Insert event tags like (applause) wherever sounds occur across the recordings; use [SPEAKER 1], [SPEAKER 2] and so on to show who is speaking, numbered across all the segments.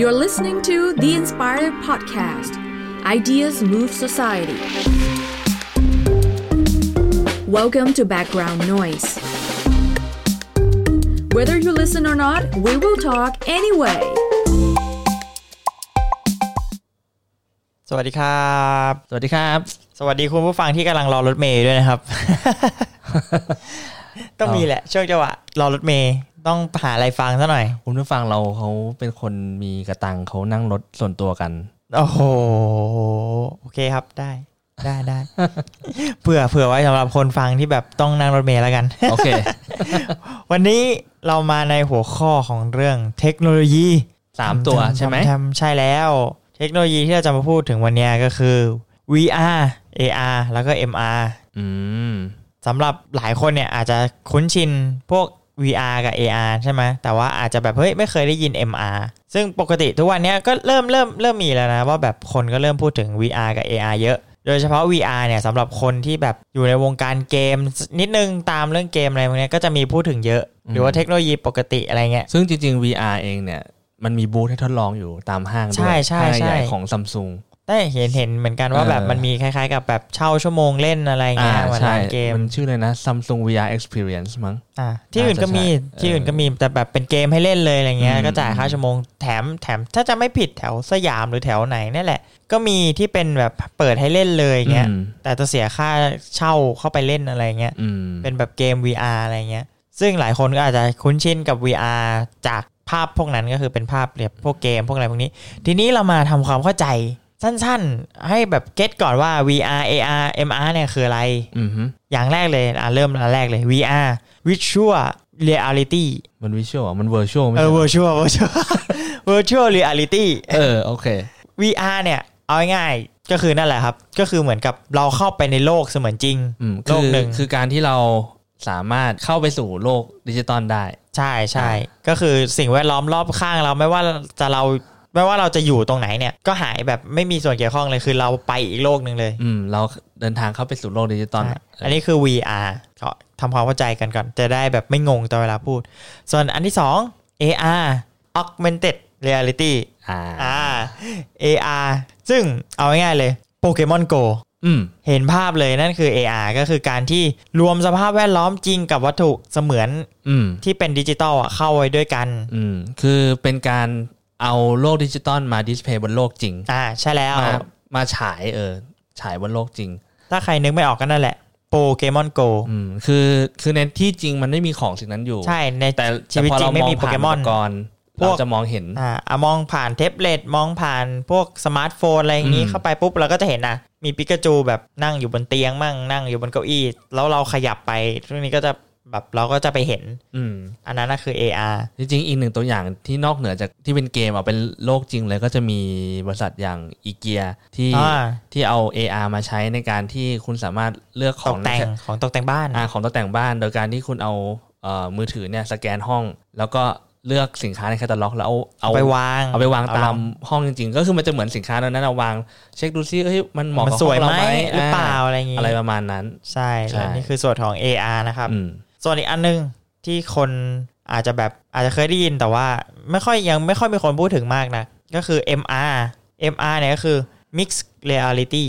[SPEAKER 1] You're listening to The Inspired Podcast Ideas Move Society. Welcome to Background Noise. Whether you listen or not, we will talk anyway.
[SPEAKER 2] สวัสดีครับ
[SPEAKER 3] สวัสดีครับ
[SPEAKER 2] สวัสดีคุณผู้ฟังที่กำลังรอรถเมย์ด้วยนะครับ ต้องมีแหละ ช่วงจังหวะรอรถเมย์ต้องหาอะไรฟังซะหน่อย
[SPEAKER 3] คุณผู้ฟังเราเขาเป็นคนมีกระตังเขานั่งรถส่วนตัว
[SPEAKER 2] (laughs)
[SPEAKER 3] กัน
[SPEAKER 2] โอ้โห โอเคครับได้ได้ได้ เผื่อเผื่อไว้สำหรับคนฟังที่แบบต้องนั่งรถเมย์แล้วกัน
[SPEAKER 3] โอเค
[SPEAKER 2] วันนี้เรามาในหัวข้อของเรื่องเทคโนโลยี
[SPEAKER 3] สามตัวใช่ไหม
[SPEAKER 2] ทำใช่แล้ว เทคโนโลยีที่เราจะมาพูดถึงวันเนี้ยก็คือ VR AR แล้วก็ MR
[SPEAKER 3] อืม
[SPEAKER 2] สำหรับหลายคนเนี่ยอาจจะคุ้นชินพวก VR กับ AR ใช่ไหมแต่ว่าอาจจะแบบเฮ้ยไม่เคยได้ยิน MR ซึ่งปกติทุกวันเนี้ยก็เริ่มเริ่มเริ่มมีแล้วนะ ว่าแบบคนก็เริ่มพูดถึง VR กับ AR เยอะ โดยเฉพาะ VR เนี่ยสำหรับคนที่แบบอยู่ในวงการเกม นิดนึงตามเรื่องเกมอะไรพวกเนี้ยก็จะมีพูดถึงเยอะ
[SPEAKER 3] อืม
[SPEAKER 2] หรือว่าเทคโนโลยีปกติอะไรเงี้ย
[SPEAKER 3] ซึ่งจริง ๆ VR เองเนี่ย มันมีบูธให้ทดลองอยู่ตามห้างด้วย
[SPEAKER 2] ใช่ใช่
[SPEAKER 3] ห้าง
[SPEAKER 2] ใช่
[SPEAKER 3] หญ่ของซัมซุง
[SPEAKER 2] ได้เห็นเห็นเหมือนกันว่า
[SPEAKER 3] เออ
[SPEAKER 2] แบบมันมีคล้ายๆ กับแบบเช่าชั่วโมงเล่นอะไรเงี้ยเหมือน
[SPEAKER 3] ใช่
[SPEAKER 2] ร้านเกม
[SPEAKER 3] มันชื่อเลยนะ Samsung VR Experience มั้ง
[SPEAKER 2] อ่ะที่อื่นก็มี
[SPEAKER 3] น่าจะใช่
[SPEAKER 2] ที่อื่นก็มีแต่แบบเป็นเกมให้เล่นเลยอะไรเงี้ย
[SPEAKER 3] อืม
[SPEAKER 2] ก็จ่ายค่าชั่วโมงแถมแถมถ้าจะไม่ผิดแถวสยามหรือแถวไหนนั่นแหละ ก็มีที่เป็นแบบเปิดให้เล่นเลยเงี้ย
[SPEAKER 3] อืม
[SPEAKER 2] แต่จะเสียค่าเช่าเข้าไปเล่นอะไรเงี้ย
[SPEAKER 3] อืม
[SPEAKER 2] เป็นแบบเกม VR อะไรเงี้ย ซึ่งหลายคนก็อาจจะคุ้นชินกับ VR จากภาพพวกนั้นก็คือเป็นภาพเรียบพวกเกมพวกอะไรพวกนี้ ทีนี้เรามาทำความเข้าใจสั้นๆ ให้แบบเก็ตก่อนว่า VR AR MR เนี่ยคืออะไร
[SPEAKER 3] อืมฮึ
[SPEAKER 2] อย่างแรกเลยอ่ะเริ่มอันแรกเลย VR Virtual Reality
[SPEAKER 3] มันวิชวลมันเวอร์ชวลไม่
[SPEAKER 2] เอ
[SPEAKER 3] ใช่
[SPEAKER 2] อ
[SPEAKER 3] เหรอ
[SPEAKER 2] Virtual Virtual (laughs) Virtual Reality
[SPEAKER 3] เออ โอเค
[SPEAKER 2] VR เนี่ยเอาง่ายๆก็คือนั่นแหละครับ ก็คือเหมือนกับเราเข้าไปในโลกเสมือนจริง
[SPEAKER 3] อืม
[SPEAKER 2] โลก
[SPEAKER 3] คือ
[SPEAKER 2] หนึ่ง
[SPEAKER 3] คือการที่เราสามารถเข้าไปสู่โลกดิจิตอลได้
[SPEAKER 2] ใช่ใช่ก็คือสิ่งแวดล้อมรอบข้างเราไม่ว่าจะเราไม่ว่าเราจะอยู่ตรงไหนเนี่ย ก็หายแบบไม่มีส่วนเกี่ยวข้องเลยคือเราไปอีกโลกหนึ่งเลย
[SPEAKER 3] อืม เราเดินทางเข้าไปสู่โลกดิจิตอล
[SPEAKER 2] ใช่อันนี้คือ VR ก็ทำความเข้าใจกันก่อน จะได้แบบไม่งงตอนเวลาพูด ส่วนอันที่ 2 AR augmented reality
[SPEAKER 3] อ่า
[SPEAKER 2] อ่า AR ซึ่งเอาง่ายๆเลยโปเกมอนโก
[SPEAKER 3] อืม
[SPEAKER 2] เห็นภาพเลยนั่นคือ AR ก็คือการที่รวมสภาพแวดล้อมจริงกับวัตถุเสมือน
[SPEAKER 3] อืม
[SPEAKER 2] ที่เป็นดิจิตอลอะเข้าไว้ด้วยกัน
[SPEAKER 3] อืม คือเป็นการเอาโลกดิจิตอลมาดิสเพย์บนโลกจริง
[SPEAKER 2] อ่าใช่แล้ว
[SPEAKER 3] มามาฉายเออ ฉายบนโลกจริง
[SPEAKER 2] ถ้าใครนึกไม่ออกก็นั่นแหละโปเกมอนโก
[SPEAKER 3] อืม คือคือในที่จริงมันไม่มีของสิ่งนั้นอยู่
[SPEAKER 2] ใช่ใน
[SPEAKER 3] แต่
[SPEAKER 2] ชีวิตจริงไม่มี
[SPEAKER 3] แต่พ
[SPEAKER 2] โป
[SPEAKER 3] อเรา
[SPEAKER 2] เกมอน
[SPEAKER 3] งผ่าปกรณ์
[SPEAKER 2] พวก
[SPEAKER 3] เราจะมองเห็น
[SPEAKER 2] อ่าอ่ะมองผ่านแท็บเล็ตมองผ่านพวกสมาร์ทโฟนอะไรอย่างนี้
[SPEAKER 3] อืม
[SPEAKER 2] เข้าไปปุ๊บเราก็จะเห็นนะมีปิกาจูแบบนั่งอยู่บนเตียงมั่งนั่งอยู่บนเก้าอี้ แล้วเราขยับไปตรงนี้ก็จะแบบเราก็จะไปเห็น
[SPEAKER 3] อืม
[SPEAKER 2] อันนั้นน่ะคือ AR
[SPEAKER 3] จริงๆ อีกหนึ่งตัวอย่างที่นอกเหนือจากที่เป็นเกมอ่ะเป็นโลกจริงเลยก็จะมีบริษัทอย่างอีเกียที่
[SPEAKER 2] อ่า
[SPEAKER 3] ที่เอา AR มาใช้ในการที่คุณสามารถเลือกข
[SPEAKER 2] ต
[SPEAKER 3] อก ง
[SPEAKER 2] แต่งของตกแต่งบ้าน
[SPEAKER 3] อ่าของตกแต่งบ้าน โดยการที่คุณเอาเอ่อมือถือเนี่ยสแกนห้อง แล้วก็เลือกสินค้าในแคตตาล็อก แล้วเอาเอา
[SPEAKER 2] เอาไปวาง
[SPEAKER 3] เอาไปวางตาม
[SPEAKER 2] เอ
[SPEAKER 3] ห้องจริงๆ ก็คือมันจะเหมือนสินค้าตอนนั้นเอาวาง เช็คดูซิเอ้ยมันเห
[SPEAKER 2] า
[SPEAKER 3] มาะ
[SPEAKER 2] มัน
[SPEAKER 3] กับ
[SPEAKER 2] ส
[SPEAKER 3] ห้อ
[SPEAKER 2] วย
[SPEAKER 3] งเรา
[SPEAKER 2] ไหม
[SPEAKER 3] ไหม
[SPEAKER 2] หรือเปล่าอะไรอย่าง
[SPEAKER 3] อ่า
[SPEAKER 2] นี้
[SPEAKER 3] อะไรประมาณนั้น
[SPEAKER 2] ใช่
[SPEAKER 3] ใช่
[SPEAKER 2] แล้วนี่คือส่วนของ AR นะครับ
[SPEAKER 3] อืม
[SPEAKER 2] ส่วนอีกอันหนึงที่คนอาจจะแบบอาจจะเคยได้ยินแต่ว่าไม่ค่อยยังไม่ค่อยมีคนพูดถึงมากนะ ก็คือ MR MR เนี่ยก็คือ Mixed Reality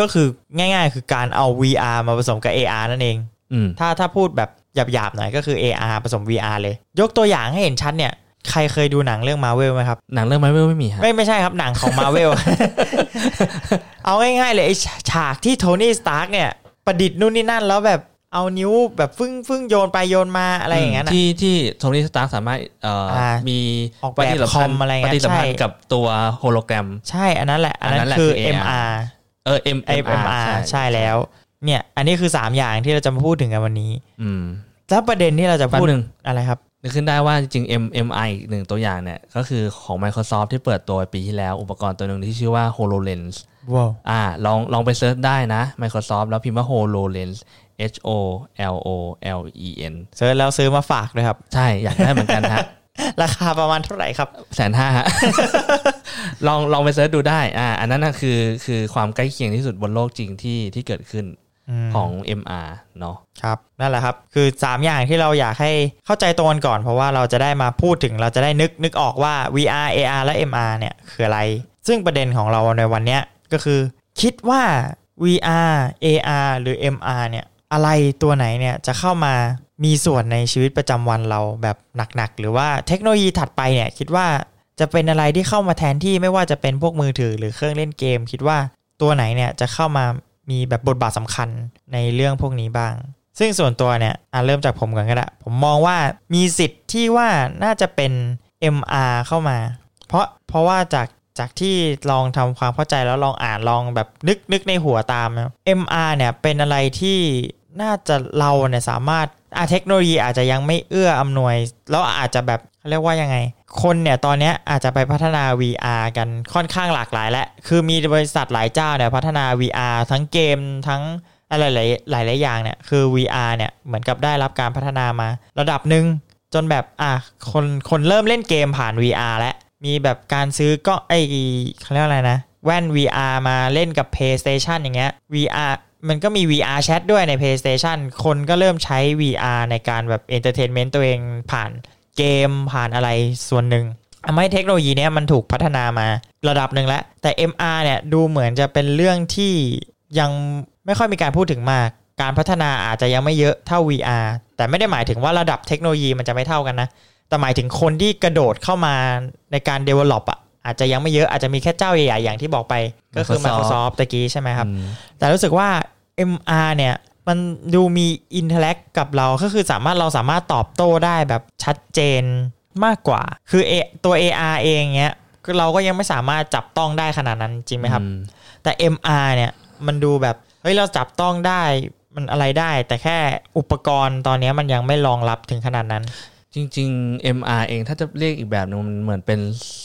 [SPEAKER 2] ก็คือง่ายๆ คือการเอา VR มาผสมกับ AR นั่นเอง
[SPEAKER 3] อืม
[SPEAKER 2] ถ้าถ้าพูดแบบหยาบๆหน่อยก็คือ AR ผสม VR เลย ยกตัวอย่างให้เห็นชัดเนี่ย ใครเคยดูหนังเรื่องมาเวลไหมครับ
[SPEAKER 3] หนังเรื่องไมเวลไม่มีฮะ
[SPEAKER 2] ไม่ไม่ใช่ครับหนังของมาเวล (laughs) เอาง่ายๆเลยไอ้ฉากที่โทนี่สตาร์กเนี่ย ประดิษฐ์นู่นนี่นั่นแล้วแบบเอานิ้วแบบฟึ่งฟึ่งโยนไปโยนมาอะไรอย่างเงี้ยนะ
[SPEAKER 3] ที่ที่โทนี่สตาร์สามารถเอ่ออา มี
[SPEAKER 2] ออกแบบ
[SPEAKER 3] ปฏิสัม
[SPEAKER 2] คอ
[SPEAKER 3] พันธ์
[SPEAKER 2] มอะไรเงี้ย
[SPEAKER 3] ปฏิสัมพัน
[SPEAKER 2] ใช่
[SPEAKER 3] ธ์กับตัวโฮโลแกรม
[SPEAKER 2] ใช่อันนั้นแหละ อันนั้
[SPEAKER 3] อันนั้นนแหละ
[SPEAKER 2] คือ
[SPEAKER 3] คือ
[SPEAKER 2] MR
[SPEAKER 3] เออ M
[SPEAKER 2] ไอ้ MR ใช่แล้ว เนี่ย อันนี้คือ 3 อย่างที่เราจะมาพูดถึงกันวันนี้
[SPEAKER 3] อืม
[SPEAKER 2] แล้วประเด็นที่เราจะ
[SPEAKER 3] แป๊บ
[SPEAKER 2] พูด
[SPEAKER 3] นึง
[SPEAKER 2] อะไรครับ
[SPEAKER 3] นึกขึ้นได้ว่าจริงๆ M M I อีกหนึ่งตัวอย่างเนี่ยก็คือของ Microsoft ที่เปิดตัวปีที่แล้ว อุปกรณ์ตัวหนึ่งที่ชื่อว่า HoloLens
[SPEAKER 2] ว้าว
[SPEAKER 3] อ่าลองลองไปเซิร์ชได้นะ Microsoft แล้วพิมพ์ว่า HoloLens H O L O L E N
[SPEAKER 2] เซิร์ชแล้วซื้อมาฝากด้วยครับ (laughs)
[SPEAKER 3] ใช่ อยากได้เหมือนกันฮะ (laughs)
[SPEAKER 2] ราคาประมาณเท่าไหร่ครับ
[SPEAKER 3] แสนห้าฮะ (laughs) ลองลองไปเซิร์ชดูได้อ่าอันนั้นนะคือคือความใกล้เคียงที่สุดบนโลกจริงที่ที่เกิดขึ้น
[SPEAKER 2] ม
[SPEAKER 3] ของ MR เนาะ
[SPEAKER 2] ครับนั่นแหละครับ คือ 3 อย่างที่เราอยากให้เข้าใจตรงกันก่อน เพราะว่าเราจะได้มาพูดถึงเราจะได้นึกนึกออกว่า VR AR และ MR เนี่ยคืออะไร ซึ่งประเด็นของเราในวันเนี้ยก็คือ คิดว่า VR AR หรือ MR เนี่ยอะไรตัวไหนเนี่ยจะเข้ามามีส่วนในชีวิตประจำวันเราแบบหนักๆ หรือว่าเทคโนโลยีถัดไปเนี่ยคิดว่า จะเป็นอะไรที่เข้ามาแทนที่ไม่ว่าจะเป็นพวกมือถือหรือเครื่องเล่นเกม คิดว่าตัวไหนเนี่ยจะเข้ามามีแบบบทบาทสำคัญในเรื่องพวกนี้บ้าง ซึ่งส่วนตัวเนี่ยอ่ะเริ่มจากผมก่อนก็ได้ผมมองว่ามีสิทธิ์ที่ว่าน่าจะเป็น MR เข้ามา เพราะเพราะว่าจากจากที่ลองทำความเข้าใจแล้วลองอ่านลองแบบนึกนึกในหัวตามนะ MR เนี่ยเป็นอะไรที่น่าจะเราเนี่ยสามารถอ่ะเทคโนโลยีอาจจะยังไม่เอื้ออำนวย แล้วอาจจะแบบเขาเรียกว่ายังไง คนเนี่ยตอนเนี้ยอาจจะไปพัฒนา VR กันค่อนข้างหลากหลายแล้วคือมีบริษัทหลายเจ้าเนี่ยพัฒนา VR ทั้งเกมทั้ง อะไรหลายหลายหลายอย่างเนี่ยคือ VR เนี่ยเหมือนกับได้รับการพัฒนามา ระดับหนึ่งจนแบบอ่ะคนคนเริ่มเล่นเกมผ่าน VR แล้วมีแบบการซื้อก็ไอเขาเรียกอะไรนะ แว่น VR มาเล่นกับ PlayStation อย่างเงี้ย VR มันก็มี VR Chat ด้วยใน PlayStation คนก็เริ่มใช้ VR ในการแบบ Entertainment ตัวเองผ่านเกมผ่านอะไรส่วนหนึ่ง ทำให้เทคโนโลยีเนี้ยมันถูกพัฒนามาระดับหนึ่งแล้ว แต่ MR เนี่ยดูเหมือนจะเป็นเรื่องที่ยังไม่ค่อยมีการพูดถึงมาก การพัฒนาอาจจะยังไม่เยอะเท่า VR แต่ไม่ได้หมายถึงว่าระดับเทคโนโลยีมันจะไม่เท่ากันนะ แต่หมายถึงคนที่กระโดดเข้ามาในการ develop อ่ะอาจจะยังไม่เยอะอาจจะมีแค่เจ้าใหญ่ๆอย่างที่บอกไป ก็คือ Microsoft ตะกี้ใช่ไหมครับ
[SPEAKER 3] อืม
[SPEAKER 2] แต่รู้สึกว่า MR เนี่ยมันดูมีอินเทอร์แอคกับเราก็คือสามารถเราสามารถตอบโต้ได้แบบชัดเจนมากกว่า คือเอตัว AR เองเนี้ยคือเราก็ยังไม่สามารถจับต้องได้ขนาดนั้นจริงไหมครับ
[SPEAKER 3] อืม
[SPEAKER 2] แต่ MR เนี่ยมันดูแบบเฮ้ยเราจับต้องได้มันอะไรได้ แต่แค่อุปกรณ์ตอนเนี้ยมันยังไม่รองรับถึงขนาดนั้น
[SPEAKER 3] จริง ๆ MR เองถ้าจะเรียกอีกแบบนึงมันเหมือนเป็น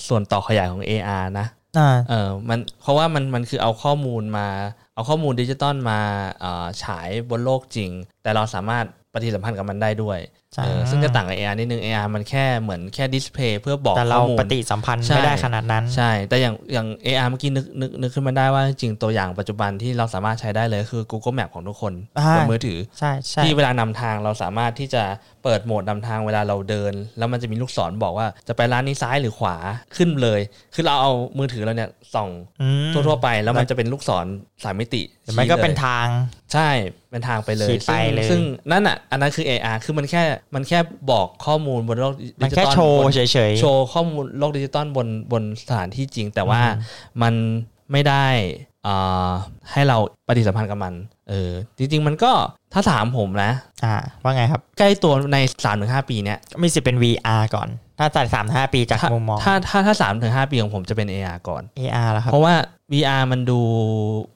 [SPEAKER 3] ส่วนต่อขยายของ AR นะ
[SPEAKER 2] อ่า
[SPEAKER 3] เออมันเพราะว่ามันมันคือเอาข้อมูลมา เอาข้อมูลดิจิตอลมาเอ่อฉายบนโลกจริง แต่เราสามารถปฏิสัมพันธ์กับมันได้ด้วย
[SPEAKER 2] ใช่
[SPEAKER 3] เออซึ่งจะต่างกับ AR นิดนึง AR มันแค่เหมือนแค่ดิสเพย์เพื่อบอก
[SPEAKER 2] แต่เรา
[SPEAKER 3] ข้อมูล
[SPEAKER 2] ปฏิสัมพันธ์
[SPEAKER 3] ใช่
[SPEAKER 2] ไม่ได้ขนาดนั้น
[SPEAKER 3] ใช่ แต่อย่างอย่าง AR เมื่อกี้นึกนึกนึกขึ้นมาได้ว่าจริงๆตัวอย่างปัจจุบันที่เราสามารถใช้ได้เลยคือ Google Map ของทุกคน
[SPEAKER 2] อ่า
[SPEAKER 3] บนมือถือ
[SPEAKER 2] ใช่ใช่
[SPEAKER 3] ที่เวลานำทางเราสามารถที่จะเปิดโหมดนำทางเวลาเราเดิน แล้วมันจะมีลูกศรบอกว่าจะไปร้านนี้ซ้ายหรือขวาขึ้นเลย คือเราเอามือถือเราเนี่ยส่อง
[SPEAKER 2] อืม
[SPEAKER 3] ทั่วๆไปแล้วมันจะเป็นลูกศรสามมิติ
[SPEAKER 2] หรือไม่ก็
[SPEAKER 3] ชี้ลย
[SPEAKER 2] เป็นทาง
[SPEAKER 3] ใช่เป็นทางไปเลย
[SPEAKER 2] ชี้ไป
[SPEAKER 3] ซึ่ง
[SPEAKER 2] เลย
[SPEAKER 3] ซึ่งนั่นอ่ะอันนั้นคือ AR คือมันแค่มันแค่บอกข้อมูลบนโลก
[SPEAKER 2] มั
[SPEAKER 3] ดิ
[SPEAKER 2] น
[SPEAKER 3] จิ
[SPEAKER 2] แค่
[SPEAKER 3] ตอล
[SPEAKER 2] โชว์
[SPEAKER 3] บน
[SPEAKER 2] เฉย
[SPEAKER 3] โชว์ข้อมูลโลกดิจิตอลบนบนสถานที่จริง แต่ว่ามันไม่ได้อ่าให้เราปฏิสัมพันธ์กับมันเออจริง ๆ มันก็ถ้าถามผมนะ
[SPEAKER 2] ๆ อ่าว่าไงครับ
[SPEAKER 3] ใกล้ตัวใน 3-5 ปีเนี่ย
[SPEAKER 2] มีสิทธิ์เป็น VR ก่อน ถ้าตัดสามห้าปีจาก
[SPEAKER 3] ถ้า
[SPEAKER 2] มุมมอง
[SPEAKER 3] ถ้าถ้าถ้าสามถึงห้าปีของผมจะเป็น AR ก่อน
[SPEAKER 2] AR แล้วครับ
[SPEAKER 3] เพราะว่า VR มันดู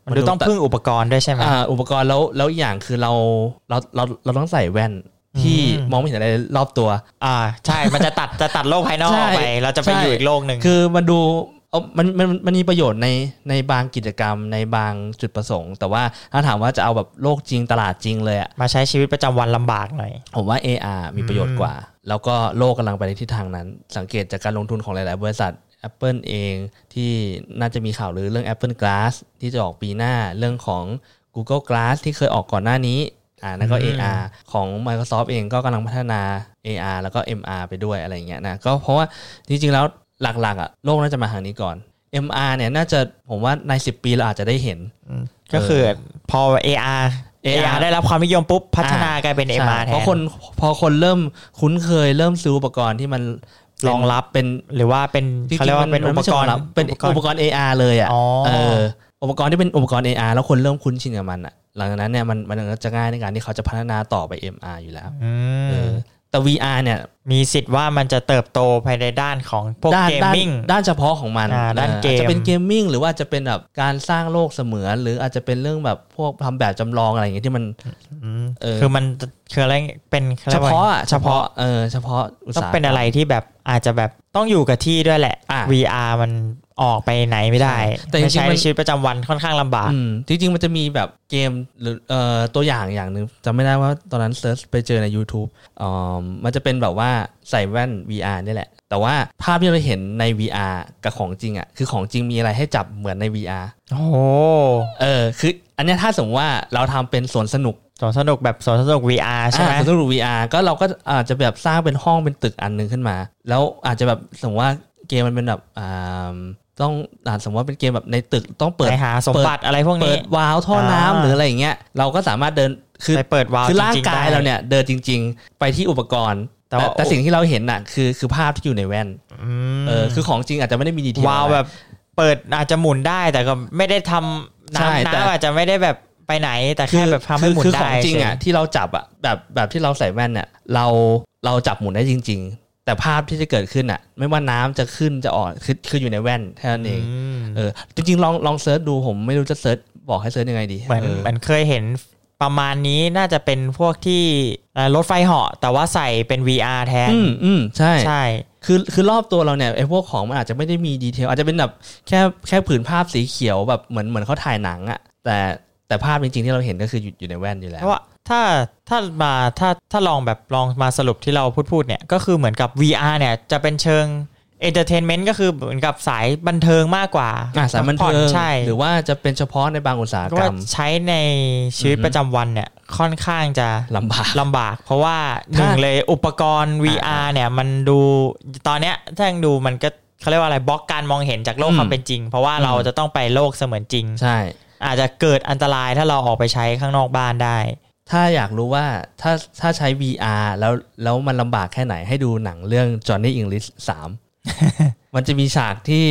[SPEAKER 2] มันดูต้องพึ่งอุปกรณ์ด้วยใช่ไหม
[SPEAKER 3] อ่าอุปกรณ์แล้วแล้วอีกอย่างคือเราเราเราเราต้องใส่แว่นที่
[SPEAKER 2] อืม
[SPEAKER 3] มองไม่เห็นอะไรรอบตัว
[SPEAKER 2] อ่า ใช่ มันจะตัด จะตัดโลกภายนอกออกไป
[SPEAKER 3] ใช่
[SPEAKER 2] เราจะไป
[SPEAKER 3] ใช่
[SPEAKER 2] อยู่อีกโลกหนึ่ง
[SPEAKER 3] คือมันดูเอามันมันมันมีประโยชน์ในในบางกิจกรรมในบางจุดประสงค์ แต่ว่าถ้าถามว่าจะเอาแบบโลกจริงตลาดจริงเลยอะ
[SPEAKER 2] มาใช้ชีวิตประจำวันลำบากหน่อย
[SPEAKER 3] ผมว่า AR มีประโยชน์กว่า แล้วก็โลกกำลังไปในทิศทางนั้น สังเกตจากการลงทุนของหลาย ๆ บริษัท Apple เองที่น่าจะมีข่าวหรือเรื่อง Apple Glass ที่จะออกปีหน้าเรื่องของ Google Glass ที่เคยออกก่อนหน้านี้ อ่านั่นก็
[SPEAKER 2] อืม
[SPEAKER 3] AR ของ Microsoft เองก็กำลังพัฒนา AR แล้วก็ MR ไปด้วยอะไรอย่างเงี้ยนะ ก็เพราะว่าจริง ๆ แล้วหลัก ๆ อ่ะ โลกน่าจะมาทางนี้ก่อน MR เนี่ยน่าจะผมว่าใน 10 ปีเราอาจจะได้เห็น
[SPEAKER 2] อืมก็คือพอ AR
[SPEAKER 3] AR
[SPEAKER 2] AR ได้รับความนิยมปุ๊บ พัฒนากลายเป็น
[SPEAKER 3] ใช่
[SPEAKER 2] MR แทน
[SPEAKER 3] เพราะคนพอคนเริ่มคุ้นเคยเริ่มซื้ออุปกรณ์ที่มัน
[SPEAKER 2] รองรับ
[SPEAKER 3] เป็น
[SPEAKER 2] หรือว่าเป็น
[SPEAKER 3] จริง
[SPEAKER 2] เขาเรียก
[SPEAKER 3] ๆ
[SPEAKER 2] ว่าเป็น
[SPEAKER 3] มั
[SPEAKER 2] อุป
[SPEAKER 3] ไม่ใช่
[SPEAKER 2] กรณ์
[SPEAKER 3] งเป็นอุปกรณ์ AR เลยอ่ะ
[SPEAKER 2] อ๋อ
[SPEAKER 3] เอออุปกรณ์ที่เป็นอุปกรณ์ AR แล้วคนเริ่มคุ้นชินกับมันอ่ะหลังจากนั้นเนี่ยมันมันจะง่ายในการที่เขาจะพัฒนาต่อไป MR อยู่แล้ว
[SPEAKER 2] อืม
[SPEAKER 3] เออแต่ VR เนี่ย
[SPEAKER 2] มีสิทธิ์ว่ามันจะเติบโตภายในด้านของพวก
[SPEAKER 3] ด้าน
[SPEAKER 2] เกม
[SPEAKER 3] ด้าน
[SPEAKER 2] มิ่ง
[SPEAKER 3] ด้านเฉพาะของมัน
[SPEAKER 2] อ่าด้าน
[SPEAKER 3] ออ
[SPEAKER 2] เกม
[SPEAKER 3] อจจะเป็นเกมมิ่งหรือว่าจะเป็นแบบการสร้างโลกเสมือน หรืออาจจะเป็นเรื่องแบบพวกทำแบบจำลองอะไรอย่างเงี้ยที่มัน
[SPEAKER 2] อืม
[SPEAKER 3] เออ
[SPEAKER 2] คือมันคืออะไรเป็นข
[SPEAKER 3] เฉ
[SPEAKER 2] รียกว่
[SPEAKER 3] พาะอะ
[SPEAKER 2] เฉพาะ
[SPEAKER 3] เออเฉพาะอุต
[SPEAKER 2] ต้อง
[SPEAKER 3] สาหกรรม
[SPEAKER 2] เป็นอะไรที่แบบอาจจะแบบต้องอยู่กับที่ด้วยแหละ
[SPEAKER 3] อ่ะ
[SPEAKER 2] VR มันออกไปไหนไม่ได้
[SPEAKER 3] ใช่แต่จริงๆ
[SPEAKER 2] ไม่ใช้ใน
[SPEAKER 3] มัน
[SPEAKER 2] ชีวิตประจำวันค่อนข้างลำบาก
[SPEAKER 3] อืมจริงๆมันจะมีแบบเกมหรือเอ่อตัวอย่างอย่างหนึ่งจำไม่ได้ว่าตอนนั้นเซิร์ชไปเจอใน YouTube อ่อมันจะเป็นแบบว่าใส่แว่น VR นี่แหละ แต่ว่าภาพที่เราเห็นใน VR กับของจริงอ่ะคือของจริงมีอะไรให้จับเหมือนใน VR
[SPEAKER 2] โอ้โห
[SPEAKER 3] เออคือ อันเนี้ยถ้าสมมติว่าเราทำเป็นสวนสนุก
[SPEAKER 2] สวนสนุกแบบสวนสนุก VR ใช่ไหม
[SPEAKER 3] อ่าสวนสนุก VR ก็เราก็อาจจะแบบสร้างเป็นห้องเป็นตึกอันหนึงขึ้นมา แล้วอาจจะแบบสมมติว่าเกมมันเป็นแบบอ่าต้องอ่าสมมติว่าเป็นเกมแบบในตึกต้องเปิด
[SPEAKER 2] ไปหาสมบัติอะไรพวก
[SPEAKER 3] เปิ
[SPEAKER 2] นี้
[SPEAKER 3] ดวาล์วท่อน้ำ
[SPEAKER 2] อ่า
[SPEAKER 3] หรืออะไรอย่างเงี้ยเราก็สามารถเดินคือ
[SPEAKER 2] ไปเปิดวาล์ว
[SPEAKER 3] คือร่าง
[SPEAKER 2] จๆ
[SPEAKER 3] กาย
[SPEAKER 2] ได้
[SPEAKER 3] เราเนี่ยเดินจริง ๆ ไปที่อุปกรณ์
[SPEAKER 2] แต่
[SPEAKER 3] แต่
[SPEAKER 2] ว่า
[SPEAKER 3] แต่สิ่งที่เราเห็นน่ะคือคือภาพที่อยู่ในแว่น
[SPEAKER 2] อืม
[SPEAKER 3] เออคือของจริงอาจจะไม่ได้มีดีเทล
[SPEAKER 2] วาล์ว
[SPEAKER 3] อะไร
[SPEAKER 2] แบบเปิดอาจจะหมุนได้แต่ก็ไม่ได้ทำ
[SPEAKER 3] ใช่
[SPEAKER 2] น้ำ
[SPEAKER 3] แต่
[SPEAKER 2] น้ำอาจจะไม่ได้แบบไปไหนแต่
[SPEAKER 3] คื
[SPEAKER 2] แค่แบบทำให้หมุน
[SPEAKER 3] คือ
[SPEAKER 2] ได้
[SPEAKER 3] ของจริงอ่ะ
[SPEAKER 2] เฉย
[SPEAKER 3] ที่เราจับอ่ะแบบแบบที่เราใส่แว่นเนี่ยเราเราจับหมุนได้จริง ๆ แต่ภาพที่จะเกิดขึ้นอ่ะ ไม่ว่าน้ำจะขึ้นจะอ่อนคือคืออยู่ในแว่นแค่นั้นเอง
[SPEAKER 2] ม
[SPEAKER 3] เออจริงๆลองลองเซิร์ชดูผมไม่รู้จะเซิร์ชบอกให้เซิร์ชยังไงดี
[SPEAKER 2] เหมือน
[SPEAKER 3] เออ
[SPEAKER 2] เหมือนเคยเห็นประมาณนี้น่าจะเป็นพวกที่เอ่อรถไฟเหาะแต่ว่าใส่เป็น VR แทน
[SPEAKER 3] อืมอืมใช่
[SPEAKER 2] ใช่
[SPEAKER 3] คือคือรอบตัวเราเนี่ยไอ้พวกของมันอาจจะไม่ได้มีดีเทลอาจจะเป็นแบบแค่แค่ผืนภาพสีเขียวแบบเหมือนเหมือนเขาถ่ายหนังอะแต่แต่ภาพจริงๆที่เราเห็นก็คืออยู่อยู่ในแว่นอยู่แล้
[SPEAKER 2] เพ
[SPEAKER 3] ว
[SPEAKER 2] ราะว่าถ้าถ้ามาถ้าถ้าลองแบบลองมาสรุปที่เราพูดพูดเนี่ย ก็คือเหมือนกับ VR เนี่ยจะเป็นเชิง entertainment ก็คือเหมือนกับสายบันเทิงมากกว่า
[SPEAKER 3] อ่ะสายบัน
[SPEAKER 2] พัก
[SPEAKER 3] เทิ
[SPEAKER 2] ผ่
[SPEAKER 3] ง
[SPEAKER 2] อใช่
[SPEAKER 3] หรือว่าจะเป็นเฉพาะในบางอุตสาห
[SPEAKER 2] ก็
[SPEAKER 3] กร
[SPEAKER 2] ว่าร
[SPEAKER 3] ม
[SPEAKER 2] ใช้ในชีวิตประจำวันเนี่ยค่อนข้างจะ
[SPEAKER 3] ลำบาก
[SPEAKER 2] ลำบาก เพราะว่าห
[SPEAKER 3] ถ้า
[SPEAKER 2] นึ่งเลยอุปกรณ์
[SPEAKER 3] อ่า
[SPEAKER 2] VR เนี่ยมันดูตอนเนี้ยถ้ายังดูมันก็เขาเรียกว่าอะไรบล็อกการมองเห็นจากโลก
[SPEAKER 3] อืม
[SPEAKER 2] ความเป็นจริง เพราะว่าเรา
[SPEAKER 3] อืม
[SPEAKER 2] จะต้องไปโลกเสมือนจริง
[SPEAKER 3] ใช่
[SPEAKER 2] อาจจะเกิดอันตรายถ้าเราออกไปใช้ข้างนอกบ้านได้
[SPEAKER 3] ถ้าอยากรู้ว่าถ้าถ้าใช้ VR แล้วแล้วมันลำบากแค่ไหนให้ดูหนังเรื่อง Johnny English
[SPEAKER 2] (laughs)
[SPEAKER 3] 3 มันจะมีฉากที่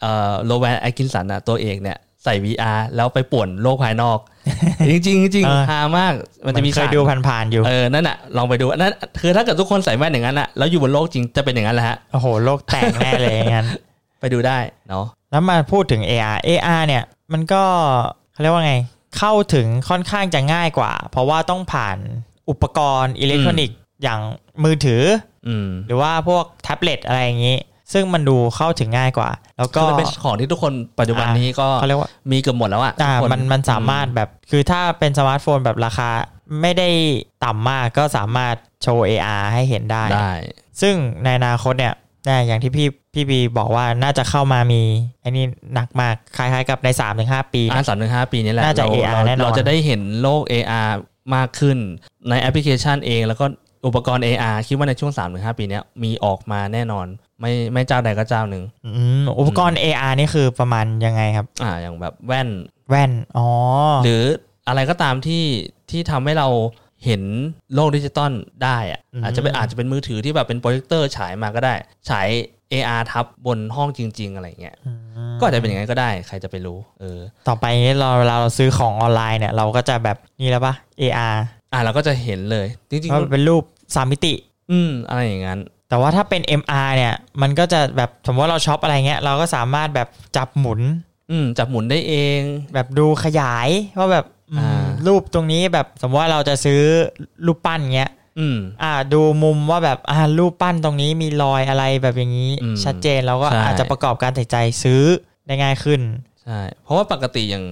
[SPEAKER 3] เอ่อโรแวนไอคินสันอะตัวเอกเนี่ยใส่ VR แล้วไปป่วนโลกภายน
[SPEAKER 2] (laughs)
[SPEAKER 3] อก จริงๆจริง
[SPEAKER 2] เออ
[SPEAKER 3] ๆฮามากมันจะมี
[SPEAKER 2] เค
[SPEAKER 3] ฉาย ก
[SPEAKER 2] ดูผ่านๆอยู่
[SPEAKER 3] เออ นั่นน่ะ ลองไปดูนั่นคือถ้าเกิดทุกคนใส่แว่นอย่างนั้นน่ะ แล้วอยู่บนโลกจริงจะเป็นอย่างนั้นแหละฮะ
[SPEAKER 2] โอ้โห โลกแตกแน่เลย (laughs) อย่างนั้น
[SPEAKER 3] ไปดูได้เนาะ
[SPEAKER 2] แล้วมาพูดถึง AR AR เนี่ย มันก็เขาเรียกว่าไง เข้าถึงค่อนข้างจะง่ายกว่า เพราะว่าต้องผ่านอุปกรณ์อิเล็กทรอนิกส์อย่างมือถือ
[SPEAKER 3] อืม
[SPEAKER 2] หรือว่าพวกแท็บเล็ตอะไรอย่างนี้ ซึ่งมันดูเข้าถึงง่ายกว่า แล้ว
[SPEAKER 3] ก็
[SPEAKER 2] ก็
[SPEAKER 3] เป็นของที่ทุกคนปัจจุบันนี้ก็
[SPEAKER 2] เขาเรียกว่า
[SPEAKER 3] มีเกือบหมดแล้วอ่ะ
[SPEAKER 2] อ่า
[SPEAKER 3] ทุกค
[SPEAKER 2] มันมันสามารถแบบ คือถ้าเป็นสมาร์ทโฟนแบบราคาไม่ได้ต่ำมากก็สามารถโชว์ AR ให้เห็นได้
[SPEAKER 3] ได้
[SPEAKER 2] ซึ่งในอนาคตเนี่ยนะอย่างที่พี่พี่บีบอกว่าน่าจะเข้ามามีไอ้นี่หนักมาก คล้ายๆกับใน 3-5 ปี
[SPEAKER 3] อ่าสามถึงห้าปีนี้แหละ
[SPEAKER 2] น่าจะ
[SPEAKER 3] เร
[SPEAKER 2] AR
[SPEAKER 3] เรา
[SPEAKER 2] แน่นอน
[SPEAKER 3] เราจะได้เห็นโลก AR มากขึ้นในแอปพลิเคชันเอง แล้วก็อุปกรณ์ AR คิดว่าในช่วง3าถึงหปีเนี้ยมีออกมาแน่นอน ไม่ไม่เจ้าใดก็เจ้าหนึ่ง
[SPEAKER 2] อืมอุปกรณ์ AR นี่คือประมาณยังไงครับ
[SPEAKER 3] อ่าอย่างแบบแว่น
[SPEAKER 2] แว่น อ๋อ
[SPEAKER 3] หรืออะไรก็ตามที่ที่ทำให้เราเห็นโลกดิจิตอลได้อะ
[SPEAKER 2] อืม
[SPEAKER 3] อาจจะเป็นอาจจะเป็นมือถือที่แบบเป็นโปรเจคเตอร์ฉายมาก็ได้ ฉาย AR ทับบนห้องจริง ๆ อะไรอย่างเงี้ยก็อาจจะเป็นอย่างนั้นก็ได้ใครจะไปรู้เออ
[SPEAKER 2] ต่อไปนี้เราเราเราซื้อของออนไลน์เนี่ย เราก็จะแบบนี่แล้วปะ AR
[SPEAKER 3] อ่ะเราก็จะเห็นเลยจริง
[SPEAKER 2] ก็เป็นรูปสามมิติ
[SPEAKER 3] ๆอืมอะไรอย่างนั้น
[SPEAKER 2] แต่ว่าถ้าเป็น MR เนี่ย มันก็จะแบบสมมติว่าเราช็อปอะไรเงี้ย เราก็สามารถแบบจับหมุน
[SPEAKER 3] อืมจับหมุนได้เอง
[SPEAKER 2] แบบดูขยายว่าแบบอืม
[SPEAKER 3] อ่า
[SPEAKER 2] รูปตรงนี้แบบสมมติว่าเราจะซื้อรูปปั้นเงี้ย
[SPEAKER 3] อืม
[SPEAKER 2] อ่าดูมุมว่าแบบอ่ารูปปั้นตรงนี้มีรอยอะไรแบบอย่างนี้
[SPEAKER 3] อืม
[SPEAKER 2] ชัดเจนเราก็
[SPEAKER 3] ใช่
[SPEAKER 2] อาจจะประกอบการตัดสินใจซื้อได้ง่ายขึ้น
[SPEAKER 3] ใช่เพราะว่าปกติอย่าง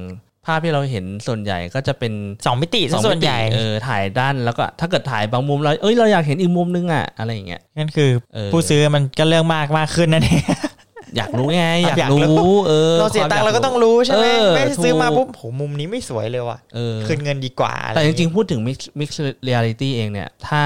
[SPEAKER 3] ภาพที่เราเห็นส่วนใหญ่ก็จะเป็น
[SPEAKER 2] สองมิติซะ
[SPEAKER 3] อง
[SPEAKER 2] ส่วนใหญ่
[SPEAKER 3] มิติเออถ่ายด้านแล้วก็ถ้าเกิดถ่ายบางมุมเราเอ้ยเราอยากเห็นอีกมุมนึงอ่ะอะไรอย่างเงี้ย
[SPEAKER 2] นั่นคือ
[SPEAKER 3] เออ
[SPEAKER 2] ผู้ซื้อมันก็เรื่องมากมากขึ้นนั่นเอง
[SPEAKER 3] อยากรู้ไง อยาก
[SPEAKER 2] อยากรู้
[SPEAKER 3] รู้ เออ
[SPEAKER 2] เราเสียตังค์
[SPEAKER 3] ควม
[SPEAKER 2] เรา
[SPEAKER 3] ย
[SPEAKER 2] ก็ต้องรู้ใช่ไหมไม่
[SPEAKER 3] ถูก
[SPEAKER 2] ซื้อมาปุ๊บโหมุมนี้ไม่สวยเลยว่ะ
[SPEAKER 3] เออ
[SPEAKER 2] คืนเงินดีกว่าอะไ
[SPEAKER 3] แต่จริงๆ พูดถึง mix mix reality เองเนี่ย ถ้า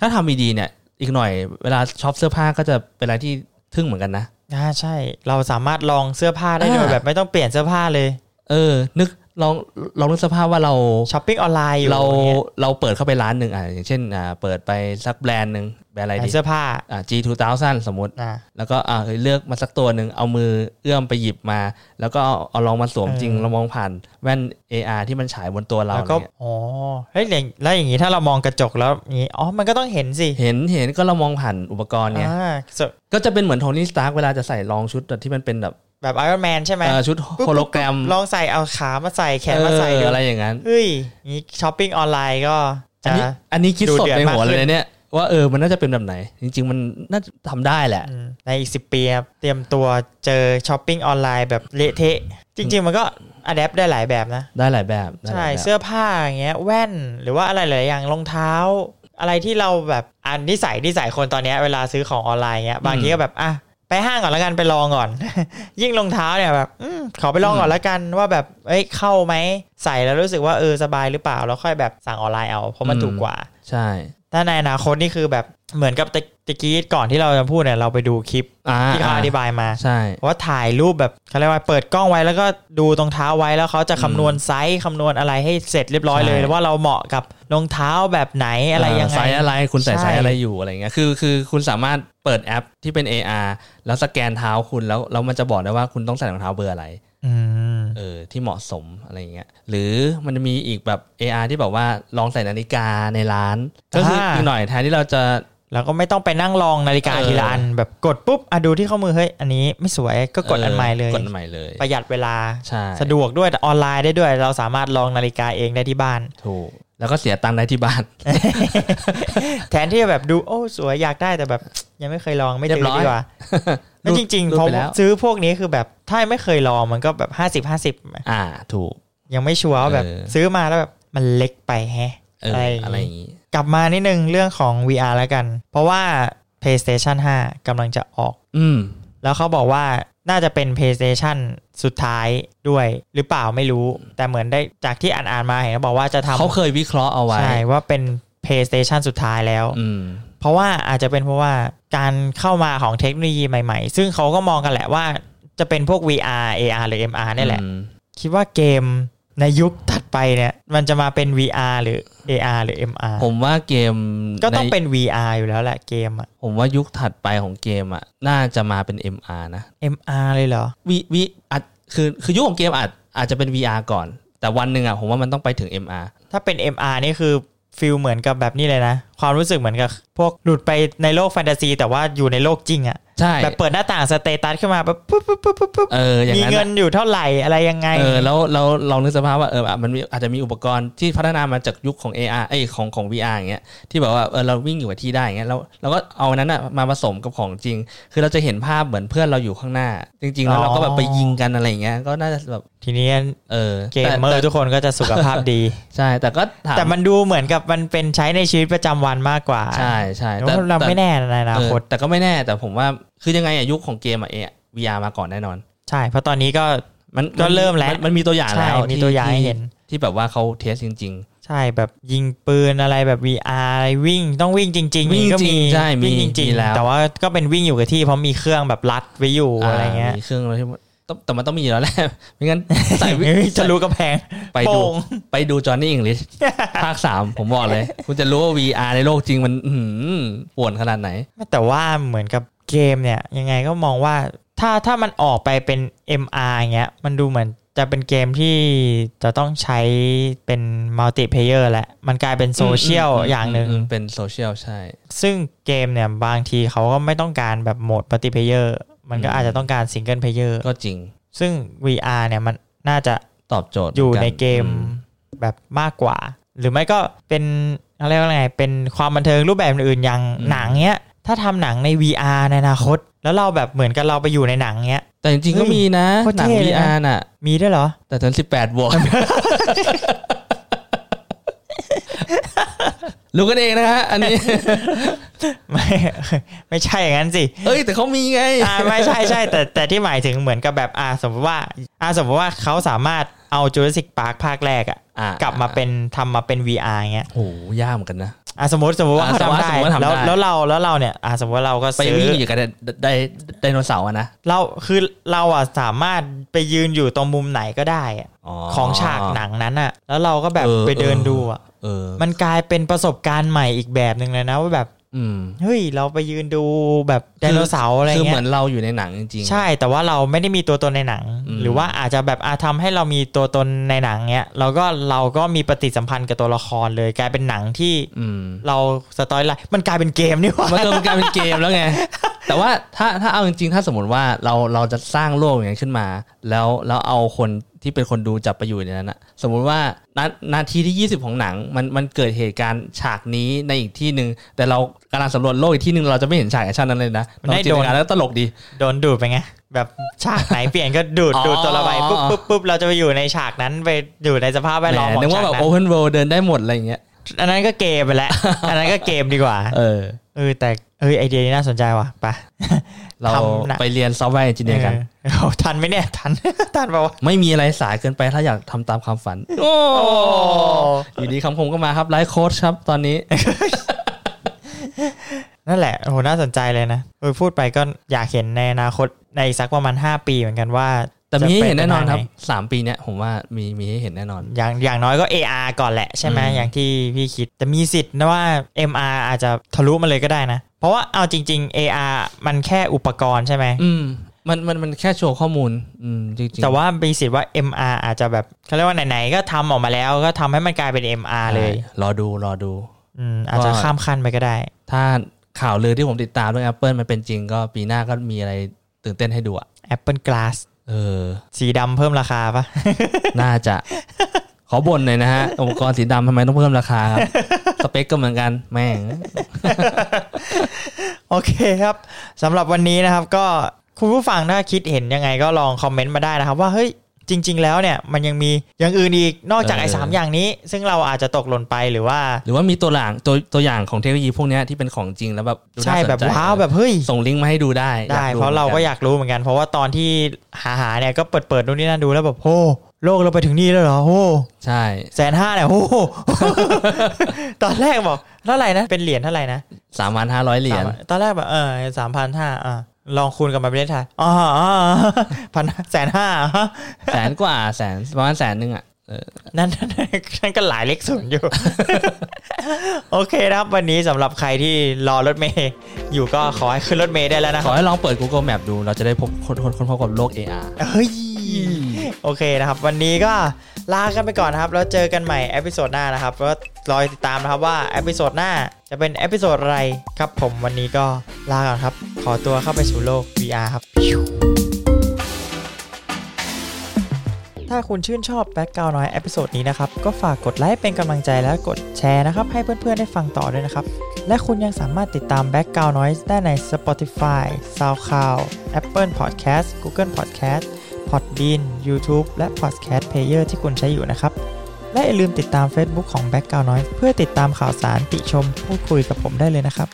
[SPEAKER 3] ถ้าทำดีๆเนี่ย อีกหน่อยเวลาช็อปเสื้อผ้าก็จะเป็นอะไรที่ทึ่งเหมือนกันนะ
[SPEAKER 2] อ่าใช่ เราสามารถลองเสื้อผ้าได้
[SPEAKER 3] อ่า
[SPEAKER 2] โดยแบบไม่ต้องเปลี่ยนเสื้อผ้าเลย
[SPEAKER 3] เออ นึกลองลองนึกสภาพว่าเรา
[SPEAKER 2] ช้อปปิ้งออนไลน์อยู่
[SPEAKER 3] เรา
[SPEAKER 2] เนี่ย
[SPEAKER 3] เราเปิดเข้าไปร้านหนึ่งอ่ะอย่างเช่นอ่าเปิดไปสักแบรนด์หนึ่งแบรนด์อะไรดี
[SPEAKER 2] เสื้อผ้า
[SPEAKER 3] อ่า G 2000สมมติ
[SPEAKER 2] อ่า
[SPEAKER 3] แล้วก็อ่าเอ้ยเลือกมาสักตัวหนึ่งเอามือเอื้อมไปหยิบมา แล้วก็เอาเอาลองมาสวม
[SPEAKER 2] เออ
[SPEAKER 3] จริงเรามองผ่านแว่น AR ที่มันฉายบนตัวเรา
[SPEAKER 2] แล้วก็
[SPEAKER 3] เนี่ย
[SPEAKER 2] อ๋อเฮ้ยอย่างแล้วอย่างนี้ถ้าเรามองกระจกแล้วอย่างนี้อ๋อมันก็ต้องเห็นสิ
[SPEAKER 3] เห็นเห็นก็เรามองผ่านอุปกรณ์เนี่ย
[SPEAKER 2] อ่า
[SPEAKER 3] ก็จะเป็นเหมือนโทนี่สตาร์กเวลาจะใส่รองชุดแบบที่มันเป็นแบบ
[SPEAKER 2] แบบไอรอนแมนใช่ไหม
[SPEAKER 3] เอ่อชุด
[SPEAKER 2] ปุ๊บ
[SPEAKER 3] โฮโลแกรม
[SPEAKER 2] ลองใส่เอาขามาใส่แขนมาใส่
[SPEAKER 3] เออ
[SPEAKER 2] ดู
[SPEAKER 3] อะไรอย่างนั้น
[SPEAKER 2] เฮ้ยนี่ช้อปปิ้งออนไลน์ก็
[SPEAKER 3] อัน
[SPEAKER 2] จะ
[SPEAKER 3] นี้อันนี้คิด
[SPEAKER 2] ดู
[SPEAKER 3] สด
[SPEAKER 2] เดือด
[SPEAKER 3] ในหัว
[SPEAKER 2] มากขึ้
[SPEAKER 3] เล
[SPEAKER 2] น
[SPEAKER 3] ยนะเนี่ยว่าเออมันน่าจะเป็นแบบไหน จริง ๆ มันน่าจะทำได้แหละ
[SPEAKER 2] อืมในอีกสิปีครับเตรียมตัวเจอช้อปปิ้งออนไลน์แบบเละเทะ จริง ๆ มันก็อัดแอปได้หลายแบบนะ
[SPEAKER 3] ได้หลายแบบได้ห
[SPEAKER 2] ใช่
[SPEAKER 3] ลายแบบ
[SPEAKER 2] เสื้อผ้าอย่างเงี้ยแว่นหรือว่าอะไรหลายอย่างรองเท้า อะไรที่เราแบบอันนิสัยนิสัยคนตอนเนี้ยเวลาซื้อของออนไลน์เงี้ยบางทีก็แบบอ่ะ ไปห้างก่อนแล้วกันไปลองก่อน (laughs) ยิ่งรองเท้าเนี่ยแบบอมขอไปลองก่อนแล้วกันว่าแบบเอ้ยเข้าไหมใส่แล้วรู้สึกว่าเออสบายหรือเปล่าแล้วค่อยแบบสั่งออนไลน์เอาเพราะมัน
[SPEAKER 3] อืม
[SPEAKER 2] ถูกกว่า
[SPEAKER 3] ใช่
[SPEAKER 2] ถ้าในอนาคตนี่คือแบบเหมือนกับตะตะกี้ก่อนที่เราจะพูดเนี่ยเราไปดูคลิป
[SPEAKER 3] อ่า
[SPEAKER 2] ที่เขาอธิบายมา
[SPEAKER 3] ใช่
[SPEAKER 2] ว่าถ่ายรูปแบบเขาเรียกว่าเปิดกล้องไว้แล้วก็ดูตรงเท้าไว้แล้วเขาจะคำนวณไซส์คำนวณอะไรให้เสร็จเรียบร้อยเลย
[SPEAKER 3] ใช่
[SPEAKER 2] ว่าเราเหมาะกับรองเท้าแบบไหนอะไรยังไง
[SPEAKER 3] ไซส์อะไรคุณใส่
[SPEAKER 2] ใช่
[SPEAKER 3] ไซส์อะไรอยู่อะไรเงี้ยคือคือคุณสามารถเปิดแอปที่เป็น AR แล้วสแกนเท้าคุณแล้วแล้วมันจะบอกได้ว่าคุณต้องใส่รองเท้าเบอร์อะไร
[SPEAKER 2] อืม
[SPEAKER 3] เออที่เหมาะสมอะไรเงี้ยหรือมันจะมีอีกแบบ AR ที่แบบว่าลองใส่นาฬิกาในร้าน ก็คืออีกหน่อยแทนที่เราจะ
[SPEAKER 2] แล้วก็ไม่ต้องไปนั่งลองนาฬิกา
[SPEAKER 3] เออ
[SPEAKER 2] ทีละอันแบบกดปุ๊บอ่ะดูที่ข้อมือเฮ้ยอันนี้ไม่สวยก็กดอันใหม่เลย
[SPEAKER 3] กดอันใหม่เลย
[SPEAKER 2] ประหยัดเวลา
[SPEAKER 3] ใช่
[SPEAKER 2] สะดวกด้วยแต่ออนไลน์ได้ด้วย เราสามารถลองนาฬิกาเองได้ที่บ้าน
[SPEAKER 3] ถูกแล้วก็เสียตังค์ได้ที่บ้าน (laughs)
[SPEAKER 2] แทนที่จะแบบดูโอ้สวยอยากได้แต่แบบ ยังไม่เคยลองไม่
[SPEAKER 3] เรี
[SPEAKER 2] ซื้
[SPEAKER 3] ยบ
[SPEAKER 2] อ
[SPEAKER 3] ร้อย
[SPEAKER 2] ดีกว่าแล้วจริงๆ
[SPEAKER 3] รูด
[SPEAKER 2] เพราะ
[SPEAKER 3] ไปแล้ว
[SPEAKER 2] ซื้อพวกนี้คือแบบถ้าไม่เคยลองมันก็แบบห้าสิบห้าสิบ
[SPEAKER 3] อ่าถูก
[SPEAKER 2] ยังไม่ชัวร์ว่าแบบ
[SPEAKER 3] เออ
[SPEAKER 2] ซื้อมาแล้วแบบมันเล็กไปแฮะ
[SPEAKER 3] เออ
[SPEAKER 2] ใช่
[SPEAKER 3] อะไรอย่างงี้
[SPEAKER 2] กลับมานิดนึงเรื่องของ VR แล้วกัน เพราะว่า PlayStation 5กำลังจะออก
[SPEAKER 3] อืม
[SPEAKER 2] แล้วเขาบอกว่าน่าจะเป็น PlayStation สุดท้ายด้วยหรือเปล่าไม่รู้ แต่เหมือนได้จากที่อ่านๆมาเห็นเขาบอกว่าจะทำ
[SPEAKER 3] เขาเคยวิเคราะห์เอาไว้
[SPEAKER 2] ใช่ว่าเป็น PlayStation สุดท้ายแล้ว
[SPEAKER 3] อืม
[SPEAKER 2] เพราะว่าอาจจะเป็นเพราะว่าการเข้ามาของเทคโนโลยีใหม่ๆ ซึ่งเขาก็มองกันแหละว่าจะเป็นพวก VR AR หรือ MR เนี่ยแหละ
[SPEAKER 3] อืม
[SPEAKER 2] คิดว่าเกมในยุคถัดไปเนี่ยมันจะมาเป็น VR หรือ AR หรือ MR
[SPEAKER 3] ผมว่าเกม
[SPEAKER 2] ก็ต้อง
[SPEAKER 3] ใน
[SPEAKER 2] เป็น VR อยู่แล้วแหละเกมอะ
[SPEAKER 3] ผมว่ายุคถัดไปของเกมอ่ะ น่าจะมาเป็น MR นะ
[SPEAKER 2] MR เลยเหรอ
[SPEAKER 3] วีวีอาจคือคือยุคของเกมอาจอาจจะเป็น VR ก่อน แต่วันหนึ่งอ่ะผมว่ามันต้องไปถึง MR
[SPEAKER 2] ถ้าเป็น MR นี่คือฟิลเหมือนกับแบบนี้เลยนะ ความรู้สึกเหมือนกับพวกหลุดไปในโลกแฟนตาซี แต่ว่าอยู่ในโลกจริงอะ
[SPEAKER 3] ใช่
[SPEAKER 2] แบบเปิดหน้าต่างสเตตัสขึ้นมาแบบปุ๊บปุ๊บปุ๊บปุ๊บปุ๊บ
[SPEAKER 3] เอออย่าง
[SPEAKER 2] มี
[SPEAKER 3] นั้น
[SPEAKER 2] เงิ
[SPEAKER 3] อะ
[SPEAKER 2] นอยู่เท่าไหร่อะไรยังไง
[SPEAKER 3] เออแล้วเราลองนึกสภาพว่าเอออ่ะมันมีอาจจะมีอุปกรณ์ที่พัฒนามาจากยุคของ AR เอ้ยของของ VR อย่างเงี้ยที่แบบว่าเออเราวิ่งอยู่กับที่ได้อย่างเงี้ยแล้วเราก็เอาอันนั้นอ่ะมาผสมกับของจริง คือเราจะเห็นภาพเหมือนเพื่อนเราอยู่ข้างหน้า จริง ๆ แล้วเราก็แบบไปยิงกันอะไรอย่างเงี้ยก็น่าจะแบบ
[SPEAKER 2] ทีนี้
[SPEAKER 3] เออ
[SPEAKER 2] เกม
[SPEAKER 3] แต่
[SPEAKER 2] เมอ
[SPEAKER 3] แต่
[SPEAKER 2] ร์ทุกคนก็จะสุขภาพดี
[SPEAKER 3] (laughs) ใช่ แต่ก็ถาม
[SPEAKER 2] แต่มันดูเหมือนกับมันเป็นใช้ในชีวิตประจำวันมากกว่า
[SPEAKER 3] ใช่ใช่
[SPEAKER 2] แต่เราไม่แน่ในอนา
[SPEAKER 3] เออ
[SPEAKER 2] คต
[SPEAKER 3] แต่ก็ไม่แน่แต่ผมว่าคือยังไงอะยุคของเกมอะเอ VR มาก่อนแน่นอน
[SPEAKER 2] ใช่ เพราะตอนนี้ก็
[SPEAKER 3] มัน
[SPEAKER 2] ก็เริ่มแล้ว
[SPEAKER 3] นมันมีตัวอย่าง
[SPEAKER 2] ใช่
[SPEAKER 3] แล้ว
[SPEAKER 2] มี
[SPEAKER 3] ที่
[SPEAKER 2] ตัวอย่างให้
[SPEAKER 3] ที่
[SPEAKER 2] เห็น
[SPEAKER 3] ที่แบบว่าเขาเทสจริง
[SPEAKER 2] ใช่แบบยิงปืนอะไรแบบ VR อะไรวิ่งต้องวิ่งจริงๆ
[SPEAKER 3] วิ่ง
[SPEAKER 2] ก็มี
[SPEAKER 3] จริงใช่มี
[SPEAKER 2] วิ่งจริง
[SPEAKER 3] มีแล้ว
[SPEAKER 2] ๆแต่ว่าก็เป็นวิ่งอยู่กับที่เพราะมีเครื่องแบบรัดไว้อยู่
[SPEAKER 3] ๆ
[SPEAKER 2] อะไรเงี้ย
[SPEAKER 3] มีเครื่องอะไรที่ต้องแต่มันต้องมีอยู่แล้วแหละ ไม่
[SPEAKER 2] (laughs)
[SPEAKER 3] งั้นใส่วิ
[SPEAKER 2] เฮ้ยทะลุกำแพง
[SPEAKER 3] ไป
[SPEAKER 2] โป่
[SPEAKER 3] ดู
[SPEAKER 2] ง
[SPEAKER 3] ไปดูจอห์นนี่อังกฤษภาคสามผมบอกเลย คุณจะรู้ว่า VR ในโลกจริงมันอื้อหือป่วนขนาดไหน
[SPEAKER 2] แต่ว่าเหมือนกับเกมเนี่ยยังไงก็มองว่าถ้าถ้ามันออกไปเป็น MR อย่างเงี้ยมันดูเหมือนจะเป็นเกมที่จะต้องใช้เป็นมัลติเพเยอร์แหละ มันกลายเป็นโซเชียลอย่างหนึ่ง
[SPEAKER 3] มเป็นโซเชียลใช่
[SPEAKER 2] ซึ่งเกมเนี่ยบางทีเขาก็ไม่ต้องการแบบโหมดมัลติเพเยอร์ มันก็
[SPEAKER 3] อืม
[SPEAKER 2] อาจจะต้องการซิงเกิลเพเยอร์
[SPEAKER 3] ก็จริง
[SPEAKER 2] ซึ่ง VR เนี่ยมันน่าจะ
[SPEAKER 3] ตอบโจทย์
[SPEAKER 2] อยู่
[SPEAKER 3] หกั
[SPEAKER 2] ในเกม
[SPEAKER 3] อื
[SPEAKER 2] แบบมากกว่า หรือไม่ก็เป็นเขาเรียกว่าไง เป็นความบันเทิงรูปแบบอื่นๆอย่าง
[SPEAKER 3] อืม
[SPEAKER 2] หนังเนี้ย ถ้าทำหนังใน VR ในอนาคต แล้วเราแบบเหมือนกับเราไปอยู่ในหนังเนี้ย
[SPEAKER 3] แต่จริงๆก็
[SPEAKER 2] เฮ้ย
[SPEAKER 3] มีนะ
[SPEAKER 2] โคตร
[SPEAKER 3] หนัง
[SPEAKER 2] เท่เลยนะ
[SPEAKER 3] VR น่ะ
[SPEAKER 2] มีด้วยเหรอ (laughs)
[SPEAKER 3] แต่ตอนสิบแปดบวก รู้กันเองนะฮะ อันนี้
[SPEAKER 2] ไม่ ไม่ใช่อย่างนั้นสิ
[SPEAKER 3] เอ้ย แต่เขามีไง
[SPEAKER 2] อ่าไม่ใช่ใช่แต่แต่ที่หมายถึงเหมือนกับแบบอ่าสมมติว่าอ่าสมมติว่าเขาสามารถเอาจูเลสิกพาร์คภาคแรกอะ
[SPEAKER 3] อ่าก ก
[SPEAKER 2] ลับมาเป็นทำมาเป็น VR เงี้ย
[SPEAKER 3] โหยากเหมือนกันนะ
[SPEAKER 2] อ่าสมมติสมมติว่า
[SPEAKER 3] อ่า
[SPEAKER 2] เขา
[SPEAKER 3] สมมุติ
[SPEAKER 2] ทำได้
[SPEAKER 3] สมมุติว่าทำได้
[SPEAKER 2] แล้วแล้วเราแล้วเราเนี่ยอ่าสมมติว่าเราก็
[SPEAKER 3] ไป
[SPEAKER 2] ซื้อ
[SPEAKER 3] วิ่งอยู่กับไดไดไดโนเสาร์อะนะ
[SPEAKER 2] เราคือเราอ่ะสามารถไปยืนอยู่ตรงมุมไหนก็ได้อะของฉากหนังนั้นอะแล้วเราก็แบบ
[SPEAKER 3] เออ
[SPEAKER 2] ไปเดิน
[SPEAKER 3] ออ
[SPEAKER 2] ดูอะ
[SPEAKER 3] เออ
[SPEAKER 2] มันกลายเป็นประสบการณ์ใหม่อีกแบบหนึ่งเลยนะว่าแบบ
[SPEAKER 3] อืม
[SPEAKER 2] เฮ้ยเราไปยืนดูแบบไดโนเสาร์อะไร
[SPEAKER 3] คือ
[SPEAKER 2] เงี้ย
[SPEAKER 3] เหมือนเราอยู่ในหนังจริงๆ
[SPEAKER 2] ใช่แต่ว่าเราไม่ได้มีตัวตนในหนัง
[SPEAKER 3] อืม
[SPEAKER 2] หรือว่าอาจจะแบบอาทำให้เรามีตัวตนในหนังเนี้ยเราก็เราก็มีปฏิสัมพันธ์กับตัวละครเลย กลายเป็นหนังที่
[SPEAKER 3] อืม
[SPEAKER 2] เราสตอรี่ไลน์มันกลายเป็นเกมนี่หว่า
[SPEAKER 3] มันเกิดเป็นการเป็นเกมแล้วไง แต่ว่าถ้าถ้าเอาจริงๆ ถ้าสมมติว่าเราเราจะสร้างโลกอย่างนี้นขึ้นมา แล้วแล้วเอาคนที่เป็นคนดูจับไปอยู่ในนั้นอะสมมุติว่านานาทีที่ 20 ของหนังมันมันเกิดเหตุการณ์ฉากนี้ในอีกที่หนึ่งแต่เรากำลังสำรวจโลกอีกที่หนึ่งเราจะไม่เห็นฉากแอคชั่นนั้นเลยนะ
[SPEAKER 2] มันได้
[SPEAKER 3] ลองจินตนากา
[SPEAKER 2] โด
[SPEAKER 3] ร
[SPEAKER 2] น
[SPEAKER 3] แล้วตลกดี
[SPEAKER 2] (laughs) โดนดูดไปไงแบบฉากไหนเปลี่ยนก็ดูด
[SPEAKER 3] อ๋อ
[SPEAKER 2] ดูดตัวเราไปปุ๊บปุ๊บปุ๊บเราจะไปอยู่ในฉากนั้นไปอยู่ในสภาพแวดล้อม
[SPEAKER 3] แหม
[SPEAKER 2] ของ
[SPEAKER 3] นึก
[SPEAKER 2] ฉา
[SPEAKER 3] ว่าก แบบ
[SPEAKER 2] นั้
[SPEAKER 3] โอน เพนเวิลดเดินได้หมดอะไรอย่างเงี้ย
[SPEAKER 2] อันนั้นก็เกม
[SPEAKER 3] (laughs)
[SPEAKER 2] ไปแล้ว อันนั้นก็เกมดีกว่า
[SPEAKER 3] เออ
[SPEAKER 2] เออแต่เออไอเดียนี้น่าสนใจว่ะไป
[SPEAKER 3] เรา
[SPEAKER 2] ทำหนัง
[SPEAKER 3] ไปเรียนซอฟต์แวร์เอนจิเนียร์กัน
[SPEAKER 2] เออเอา (laughs) ทันไหมเนี่ย ทัน ทันเปล่าวะ
[SPEAKER 3] ไม่มีอะไรสายเกินไปถ้าอยากทำตามความฝัน
[SPEAKER 2] โอ้
[SPEAKER 3] อยู่ดีคำคมก็มาครับไลฟ์โค้ชครับตอนนี้
[SPEAKER 2] นั่นแหละโอ้โหน่าสนใจเลยนะเออพูดไปก็อยากเห็นในอนาคตในอีกสักประมาณ 5 ปีเหมือนกันว่า
[SPEAKER 3] แต่มีให้เห็น
[SPEAKER 2] จะ
[SPEAKER 3] แน่
[SPEAKER 2] ป็
[SPEAKER 3] นอน
[SPEAKER 2] ไปทาง
[SPEAKER 3] ครับ
[SPEAKER 2] ไ
[SPEAKER 3] สามปีเนี้ยผมว่ามีมีให้เห็นแน่นอน
[SPEAKER 2] อย่างอย่างน้อยก็ AR ก่อนแหละใช่ไหม
[SPEAKER 3] อืม
[SPEAKER 2] อย่างที่พี่คิดแต่มีสิทธิ์นะว่า MR อาจจะทะลุมาเลยก็ได้นะ เพราะว่าเอาจริง ๆ AR มันแค่อุปกรณ์ใช่ไหม
[SPEAKER 3] อืมมันมันมันแค่โชว์ข้อมูล อืมจริงๆ
[SPEAKER 2] แต่ว่ามีสิทธิ์ว่า MR อาจจะแบบเขาเรียกว่าไหนๆก็ทำออกมาแล้วก็ทำให้มันกลายเป็น MR เลย
[SPEAKER 3] ใช่รอดูรอดู
[SPEAKER 2] อืมอาจจะข้ามขั้นไปก็ได้
[SPEAKER 3] ถ้าข่าวลือที่ผมติดตามเรื่อง Apple มันเป็นจริงก็ปีหน้าก็มีอะไรตื่นเต้นให้ดูอะ
[SPEAKER 2] Apple Glass
[SPEAKER 3] เอ (laughs) อ
[SPEAKER 2] สีดำเพิ่มราคาปะ
[SPEAKER 3] น่าจะ ขอบ่นหน่อยนะฮะ อุปกรณ์สีดำทำไมต้องเพิ่มราคาครับ สเปคก็เหมือนกันแม่ง
[SPEAKER 2] โอเคครับสำหรับวันนี้นะครับก็คุณผู้ฟังถ้าคิดเห็นยังไงก็ลองคอมเมนต์มาได้นะครับ ว่าเฮ้ยจริง ๆ แล้วเนี่ยมันยังมีอย่างอื่นอีกนอกจากไอ้
[SPEAKER 3] เออ
[SPEAKER 2] สามอย่างนี้ ซึ่งเราอาจจะตกหล่นไปหรือว่า
[SPEAKER 3] หรือว่ามีตัวอย่างตัวตัวอย่างของเทคโนโลยีพวกเนี้ยที่เป็นของจริงแล้วแบบดู
[SPEAKER 2] ใช่
[SPEAKER 3] น่สนจ
[SPEAKER 2] แบบว้าวแบบเฮ้ย
[SPEAKER 3] ส่งลิงก์มาให้ดูได้
[SPEAKER 2] ได้
[SPEAKER 3] อยดู
[SPEAKER 2] เพราะเราก็อยากรู้เหมือนกัน เพราะว่าตอนที่หาหาๆเนี่ยก็เปิดเปิดๆนู่นนี่นั่นดูแล้วแบบโอ้โลกเราไปถึงนี่แล้วเหรอโอ้
[SPEAKER 3] ใช่
[SPEAKER 2] แสนห้าเนี่ยโอ้โห (laughs) ตอนแรกบอกเท่าไหร่นะ เป็นเหรียญเท่าไหร่นะ
[SPEAKER 3] สามพันห้าร้อยเหรียญ
[SPEAKER 2] สามตอนแรกแบบเออสามพันห้าอ่ะลองคูณกลับมาประเทศไทยอ๋อพันแสนห้า
[SPEAKER 3] แสนกว่าแสนประมาณแสนหนึ่งอ่ะ
[SPEAKER 2] นั่นนั่นนั่นก็หลายเลขศูนย์อยู่ (laughs) โอเคนะครับ วันนี้สำหรับใครที่รอรถเมย์อยู่ก็ขอให้ขึ้นรถเมย์ได้แล้วนะ
[SPEAKER 3] ข
[SPEAKER 2] ค
[SPEAKER 3] อ
[SPEAKER 2] รับ
[SPEAKER 3] ให้ลองเปิด Google Map ดู เราจะได้พบคนคนคนพบกับโลก AR
[SPEAKER 2] เฮ้ย โอเคนะครับ วันนี้ก็ลากันไปก่อนนะครับ แล้วเจอกันใหม่เอพิโซดหน้านะครับก็รอติดตามนะครับว่าเอพิโซดหน้าจะเป็นเอพิโซดอะไรครับผมวันนี้ก็ลาก่อนครับ ขอตัวเข้าไปสู่โลก VR ครับ ถ้าคุณชื่นชอบแบ็กกราวน้อยเอพิโซดนี้นะครับ ก็ฝากกดไลค์เป็นกำลังใจและกดแชร์นะครับ ให้เพื่อนๆได้ฟังต่อด้วยนะครับ และคุณยังสามารถติดตาม Background Noise ได้ใน Spotify, SoundCloud, Apple Podcast, Google Podcast, Podbean, YouTube และ Podcast Player ที่คุณใช้อยู่นะครับ และอย่าลืมติดตาม Facebook ของ Background Noise เพื่อติดตามข่าวสารติชมพูดคุยกับผมได้เลยนะครับ